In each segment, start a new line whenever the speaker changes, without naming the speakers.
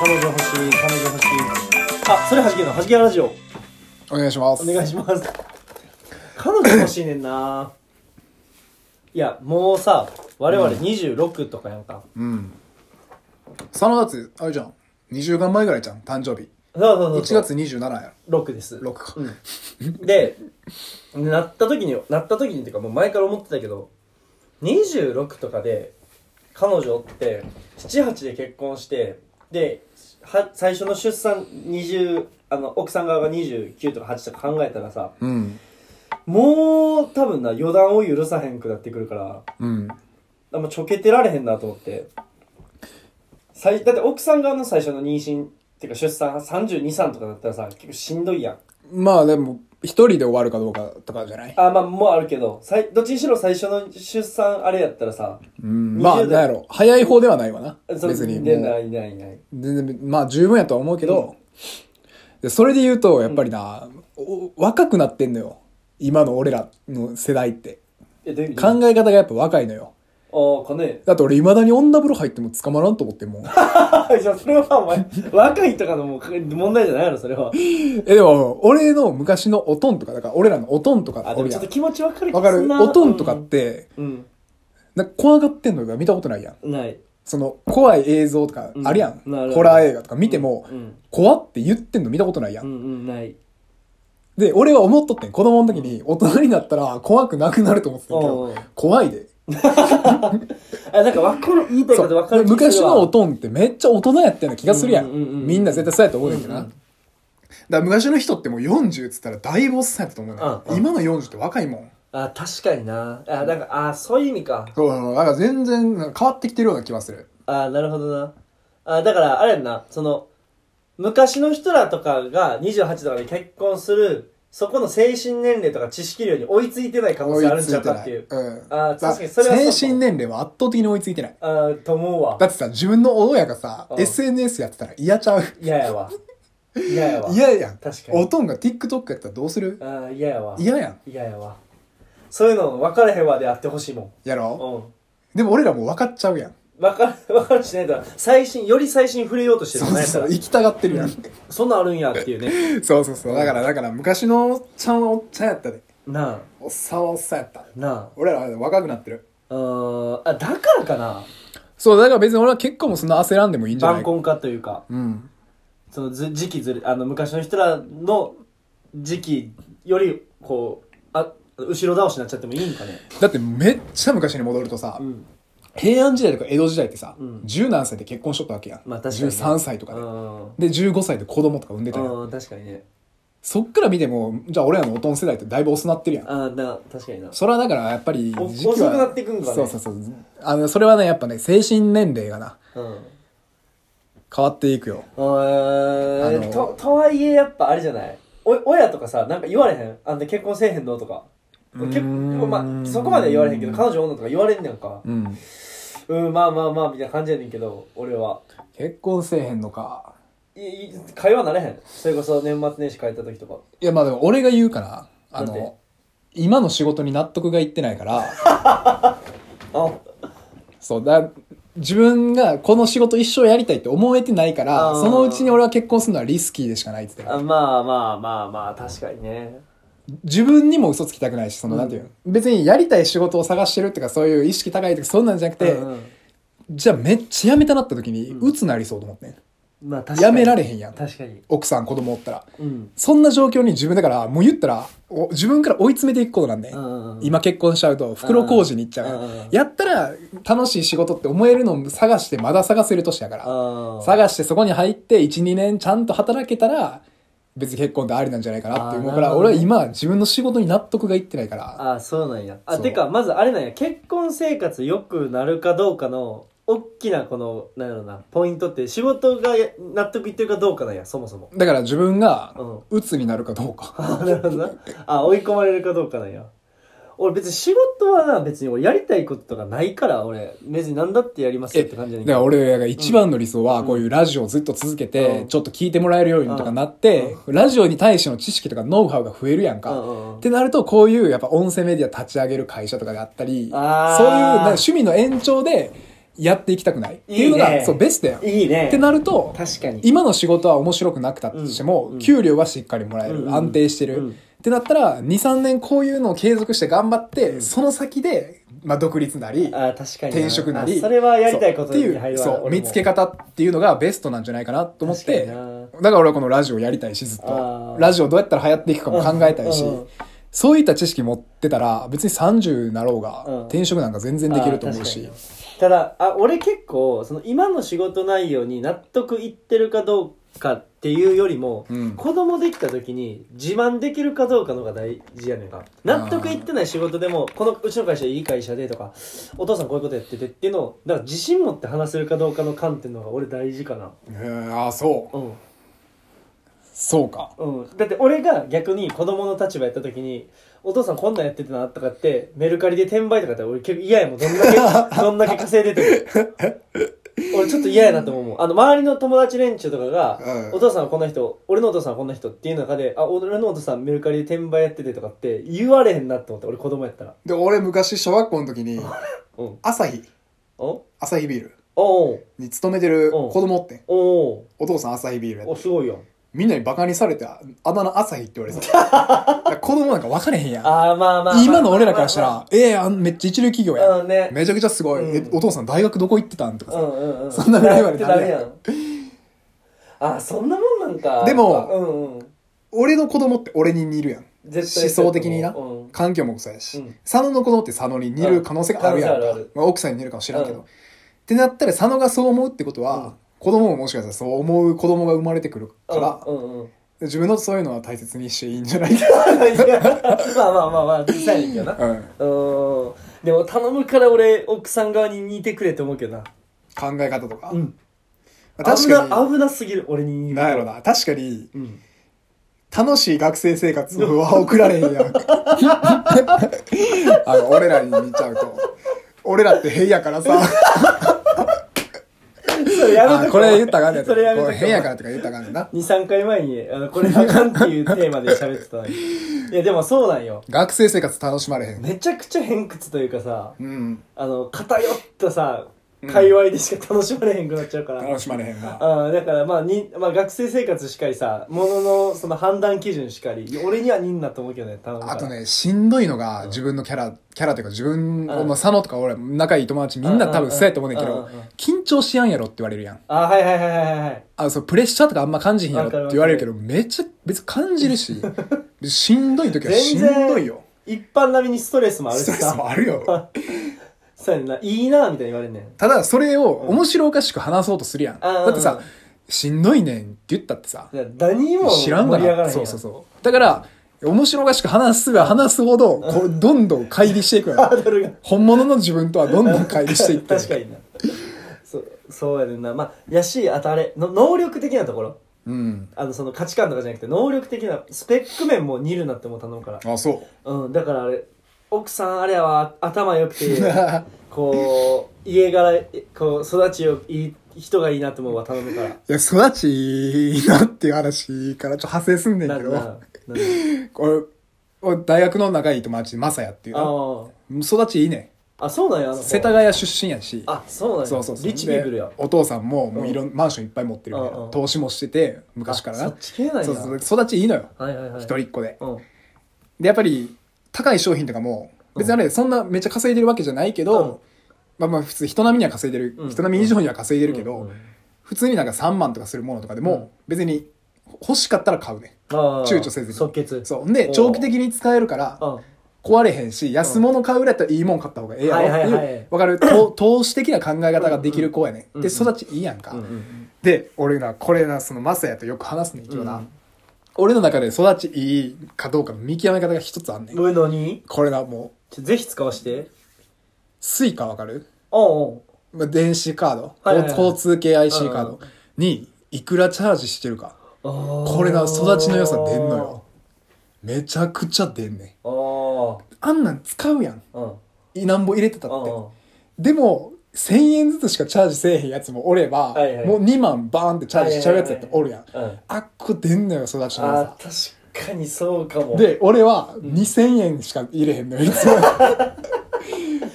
彼女欲しい彼女欲しいあそれはじけのはじけラジオ
お願いします
お願いします 彼女欲しいねんないやもうさ我々26とかやんか、
うん3月あれじゃん2週間前ぐらいじゃん誕生日
そうそうそう
1
そう
月27や
6です
ろ6か、
うん、でなった時になった時にっていうかもう前から思ってたけど26とかで彼女って78で結婚してでは最初の出産20あの奥さん側が29とか8とか考えたらさ
うん
もう多分な余談を許さへんくなってくるから
うん
あんまちょけてられへんなと思って最だって奥さん側の最初の妊娠っていうか出産323とかだったらさ結構しんどいやん
まあでも一人で終わるかどうかとかじゃない
あまあもうあるけどさいどっちにしろ最初の出産あれやったらさ
うん
20
ま
代
あなんやろ早い方ではないわな
そ
別に
で
も
な
う
いないない
全然まあ十分やとは思うけど、でそれで言うとやっぱりな、お若くなってんのよ今の俺らの世代って
えどういう意味
考え方がやっぱ若いのよ
ああかね
だって俺いまだに女風呂入っても捕まらんと思ってんもん
じ ゃあそれはお前若いとかのもう問題じゃないのそれは
えでも俺の昔のおとんとかだから俺らのおとんとか
あで
お
も
る
ちょ
や
っ
ん
と気持ち分かる気
わか
す
る
な
おとんとかって
うん、
なんか怖がってんのが見たことないやん
うんない
その怖い映像とかあるやん、
うんなるほど
ホラー映画とか見ても、
うん
怖って言ってんの見たことないや、
うんんうんない
で俺は思っとってん子供の時に大人になったら怖くなくなると思ってたけ
おうお
ど
う
怖いで
あなんか分かる言いたい
そ
こ
う
と分かる
で
気するわ
昔のおとんってめっちゃ大人やったような気がするやん,、
うんうんうんうん
みんな絶対そうやと思うねんだけどな、
うんうん
だから昔の人ってもう40っつったらだいぶおっさんやったと思うね、
うんうん
今の40って若いもん
あ確かになあなんかあそういう意味か
そうだから全然なんか変わってきてるような気がする
ああなるほどなあーだからあれやんなその昔の人らとかが28とかで結婚するそこの精神年齢とか知識量に追いついてない可能性あるんちゃうかっていう
うん、
あー確かにそれはそうかも
精神年齢は圧倒的に追いついてない
ああと思うわ
だってさ自分の親がさ
うん
SNS やってたら嫌ちゃう
嫌やわ嫌やわ
嫌やん
確かに
おとんが TikTok やったらどうする
あー嫌やわ
嫌やん
嫌やわそういうの分かれへんわであってほしいもん
やろ
うん
でも俺らもう分かっちゃうやん
分かる分かるしないから最新より最新に触れようとしてる
そ
も
うん
ね
そう行きたがってるやんそ
そんなんあるんやっていうね
う そうそうだからだから昔のおっちゃんはおっちゃんやったで
なあ
おっさんはおっさんやった
な
俺らは若くなってる
あうーんあだからかな
そうだから別に俺は結婚もそんな焦らんでもいいんじゃな
晩
い
婚化というか
うん
そのず時期ずれあの昔の人らの時期よりこうあ後ろ倒しになっちゃってもいいんかね
だってめっちゃ昔に戻るとさ、
ん
平安時代とか江戸時代ってさ、
うん
十何歳で結婚しとったわけやん、
まあ確かにね
13歳とか
う
で、
ん
で15歳で子供とか産んでたやん、
うん確かにね
そっから見てもじゃあ俺らのおとん世代ってだいぶ遅なってるやん、
あな確かにな
それはだからやっぱり
お
時期は
遅くなってくんだね
そうそうそうあのそれはねやっぱね精神年齢がな
うん
変わっていくよ
あ
あの
ととはいえやっぱあれじゃないお親とかさなんか言われへんあんた結婚せえへんのとか
ーん
結構まあそこまで言われへんけど彼女おんのとか言われんねやんか
うん
うんまあまあまあみたいな感じやねんけど俺は
結婚せえへんのか
いい会話なれへんそれこそ年末年始帰った時とか
いやまあでも俺が言うからあ
なんで
の今の仕事に納得がいってないから
あ
そうだ自分がこの仕事一生やりたいって思えてないから
あー
そのうちに俺は結婚するのはリスキーでしかないって言ってた
あまあまあまあまあ確かにね
自分にも嘘つきたくないしその、なんていうの別にやりたい仕事を探してるっていうかそういう意識高いとかそんなんじゃなくて、
うんうん
じゃあめっちゃ辞めたなった時に鬱なりそうと思ってん、
まあ確かに
辞められへんやん
確かに
奥さん子供おったら
うん
そんな状況に自分だからもう言ったらお自分から追い詰めていくことなんで、
うんうんうん
今結婚しちゃうと袋工事に行っちゃうやん、
うんうんうん
やったら楽しい仕事って思えるのを探してまだ探せる年やから
あー
探してそこに入って12年ちゃんと働けたら別に結婚ってありなんじゃないかなって思うから
あーなるほど
俺
ね
は今自分の仕事に納得がいってないから
あそうなんやあ
そう
てかまずあれなんや結婚生活良くなるかどうかの大きなこのなんやろなポイントって仕事がや納得いってるかどうかなんやそもそも
だから自分が
うん
鬱になるかどうか
あなるほどなあ追い込まれるかどうかなんや俺別に仕事はな別に俺やりたいこととかないから俺別に何だってやりますよって感じやね
だ
ん
か
けど
ら俺が一番の理想はこういうラジオをずっと続けて、
うん
ちょっと聞いてもらえるようにとかなって、ラジオに対しての知識とかノウハウが増えるやんか、
うんうんうん
ってなるとこういうやっぱ音声メディア立ち上げる会社とかがあったりそういう
あー
なんか趣味の延長でやっていきたくないってい
いうい
の
ね
がそうベストやんっ
いいね
てなると
確かに
今の仕事は面白くなくたとしても、
うん
給料はしっかりもらえる、
うん
安定してる、
うん
ってなったら23年こういうのを継続して頑張って、その先で、まあ、独立なり
あー確かに
転職なり
あそれはやりたいこと
そうって
に
い
入
う
るわ
そう
俺も
見つけ方っていうのがベストなんじゃないかなと思っ
確
て
かにな
だから俺はこのラジオやりたいしずっと
あー
ラジオどうやったら流行っていくかも考えたいし、
うんうん
そういった知識持ってたら別に30になろうが、
うん
転職なんか全然できると思うし
あー確かにただあ俺結構その今の仕事内容に納得いってるかどうかっていうよりも、
うん
子供できた時に自慢できるかどうかの方が大事やねんか納得いってない仕事でもこのうちの会社いい会社でとかお父さんこういうことやっててっていうのをだから自信持って話せるかどうかの観点の方が俺大事かな
へーああそう
うん
そうか
うん、だって俺が逆に子供の立場やった時に「お父さんこんなんやってたな」とかってメルカリで転売とかやって俺結構嫌やもんどんだけどんだけ稼いでても俺ちょっと嫌やなと思うあの周りの友達連中とかが
うん
お父さんはこんな人俺のお父さんはこんな人」っていう中で「あ俺のお父さんメルカリで転売やってて」とかって言われへんなと思って俺子供やったら
で俺昔小学校の 時に
うん
朝日
お
朝日ビール
おう
に勤めてる子供おってん
おう
お父さん朝日ビールやって
おすごいよ
みんなにバカにされてああだ名朝日って言われ てただから子供なんか分かれへんやん
あーまあまあまあまあ、
今の俺らからした
まあ
ら、ええあんめっちゃ一流企業
まあまあ
や
うんね
ん。めちゃくちゃすごい。
うん
えお父さん大学どこ行ってたんとか
う
さ。
んうんうん
そんなぐらいまでダメやん
だってダメやんあそんなもんなんか
でも
うんうん
俺の子供って俺に似るやん。
絶
思
対
想的にな
うん。
環境もそうやし
うん。
佐野の子供って佐野に似る可能性があるやん
うん可能性
か
あるある。
まあ奥さんに似るかもしれんけど。
うん
ってなったら佐野がそう思うってこと
うん
は、子供ももしかしたらそう思う子供が生まれてくるから、
うんうんうん
自分のそういうのは大切にしていいんじゃないか。
いやまあまあまあまあ実際にけどな
う
う
ん。
んでも頼むから俺奥さん側に似てくれって思うけどな
考え方とか。
うん
まあ確
危
か
な危なすぎる俺に似
に、
る
なんやろな。確かに、
うん
楽しい学生生活は送られへん やん。あの、俺らに似ちゃうと。俺らって変やからさ。
それやめと
あこれ言ったらあかんねん。
それやめと
こ
こ
れ変やからとか言ったらあかんねんな。
23回前にあのこれあかんっていうテーマで喋ってたの にいやでもそうなんよ
学生生活楽しまれへん。
めちゃくちゃ偏屈というかさ
うん。
あの偏ったさ
うん
界隈でしか楽しまれへんくなっちゃうから、
楽しまれへんな。
あーだからまあに、まあ、学生生活しかりさもののその判断基準しかり俺には忍んなと思うけどね頼むから
あとね、しんどいのが自分のキャラ、キャラというか自分、
うん
まあ、佐野とか俺、仲いい友達みんな多分そうやと思うねんけ
うんう
ど
んうんうん、
緊張しやんやろって言われるやん。
あはいはいはいはいはい
あ、そう、プレッシャーとかあんま感じへんやろって言われるけど、めっちゃ別に感じ るし、しんどい時はしんどいよ。
一般並みにストレスもある
スト
し
レスも
さ
あるよ。
そうやねんないいなみたいに言われんねん
ただそれを面白おかしく話そうとするやん、
あー
だってさ、しんどいねんって言ったってさ
だから何も
知らん
盛
が
り上が
な
らへん
そうそうそうだから面白おかしく話すは話すほどこうどんどん乖離していく
ハ
やん
ードルが
本物の自分とはどんどん乖離していって
確かになそうそうやねんなまあやしあとあれの能力的なところ
うん
あのその価値観とかじゃなくて能力的なスペック面も似るなってもう頼むから
あそ
うんだからあれ奥さんあれは頭良くて
うい
こう家柄こう育ちよいい人がいいなと思うわ頼むから
や育ちいいなっていう話からちょっと派生すんねん
な
け
んな
ど
なんで
俺俺大学の仲いい友達マサヤっていうな
あ
育ちいいね
ああそうなんやあの
ん
子
世田谷出身やし
あそうなんや
そうそうそう
リッチピープルや
でお父さんももういろん、マンションいっぱい持ってるみたいな
うんうん
投資もしてて昔から
あ
な
そっち系なんや
そうそう育ちいいのよ
はいはいはい
一人っ子で
うん
でやっぱり高い商品とかも別にあれそんなめっちゃ稼いでるわけじゃないけど、まあまあ普通人並みには稼いでる、
うん
人並み以上には稼いでるけど、
うんうん
普通になんか3万とかするものとかで
うん
も別に欲しかったら買うね
あー
躊躇せずに
即決
そうで長期的に使えるから
うん
壊れへんし安物買うぐらいだったらいいもん買った方がええやろっていう、
はいはいはい
わかると 投資的な考え方ができる子やね、
うん
で育ちいいやんか、
うんうん
で俺らこれなそのマサヤとよく話すねんけどな、
うん
俺の中で育ちいいかどうかの見極め方が一つあんねん、
どういうのに
これなもう
ちょぜひ使わして
スイカわかる
おうおう
まあ電子カード、
はいはいはい
交交通系 IC
うん
カードにいくらチャージしてるか
こ
これな育ちの良さ出んのよめちゃくちゃ出んねん
あー
あんなん使うやん
あー
いなんぼ入れてた
う
って
んうん
でも1000円ずつしかチャージせえへんやつもおれば、
はいはい
もう2万バーンってチャージしちゃうやつだっておるやん、
うん
あっこ出んのよ育ちの良さ
あー確かにそうかも
で、俺は2000円 しか入れへんのよ、いつも。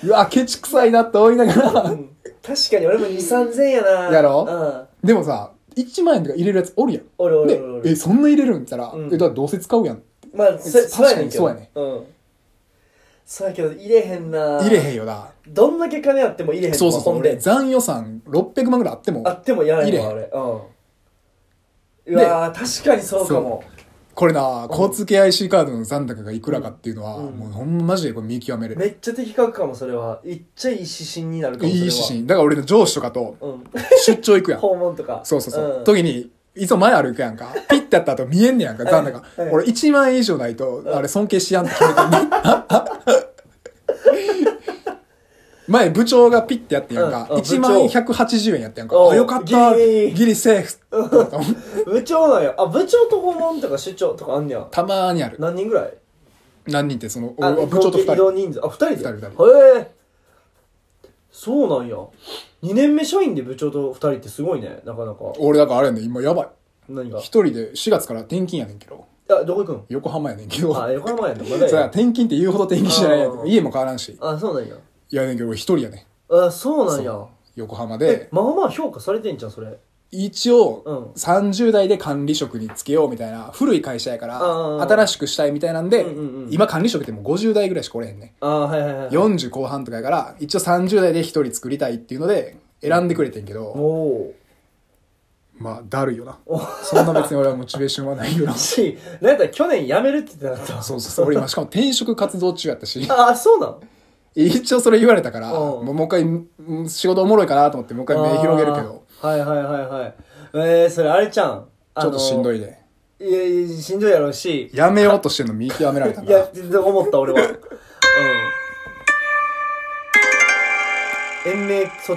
うわ、ケチくさいなって思いながら、
うん確かに俺も2、3000やな。
やろ
うん。
でもさ1万円とか入れるやつおるやん
おるお
で
るおるお
「え
る。
そんな入れるん?」って言ったら「
うん
えだからどうせ使うやん」
まあ、そ
確かに
そうやねんけど。
そうやね
うん。そうやけど、入れへんな。
入れへ
ん。
んよな
どんだけ金あっても入れへん
そうそうそう
ほん
俺
で。
残予算600万ぐらいあっても
あってもやらへんわ、
入れ
俺。うん。うわー確かにそうかも。
これな交通系 IC カードの残高がいくらかっていうのは、
うん
もうほんまマジでこれ見極め る
めっちゃ的確かも、それは。いっちゃいい指針になるかも。
いい指。針だから俺の上司と かと
うん。
出張行くやん
訪問とか。
そうそうそう、
ん
時にいつも前歩くやんかピッてやった後見えんねやんか残高、
はいはい
俺1万円以上ないとあれ尊敬しやんって決めてんねん前部長がピッてやってんやんか、
うんうん
1万円180円やってんやん
お
か
う
あよかった
ギリ
ギリセーフと思ったもん
部長なんや。あ、部長と訪問とか出張とかあんねや。
たまにある
何人ぐらい
何人ってそのお
あ
部長と2
移
人
動人数あ二人で
二人
へ
二
えそうなんや2年目社員で部長と2人ってすごいねなかなか
俺だからあれやねん今やばい
何が
一人で4月から転勤やねんけど
あどこ行
横浜やねんけ
く
ど
んあ横浜やんのま
そ
だ
うや
や
転勤って言うほど転勤じゃないやんけど
あー
家も変わらんし
あそうなんや
やねんけど俺一人やねん
あそうなんや
そ横浜
え
で
まあまあ評価されてんじゃんそれ
一応
うん
30代で管理職につけようみたいな古い会社やから
あー
新しくしたいみたいなんで
うんうんうん
今管理職ってもう50代ぐらいしかおれへんね
あはいはいはい
40後半とかやから一応30代で一人作りたいっていうので選んでくれてんけ
お
ど
お
まあだるいよなそんな別に俺はモチベーションはない よなそ
し なんやったら去年辞めるって言ってなかった
うそうそう俺今しかも転職活動中やったし
あそうなん
一応それ言われたからも
う
うんもう一回ん仕事おもろいかなと思ってもう一回目広げるけど
あーはいはいはいはいえー、それあれちゃん
ちょっとしんど
い
いで
いやいやしんどいやろうし
やめようとしてんの見極められたか
いや
ら、
全然思った、俺は。うん。延命措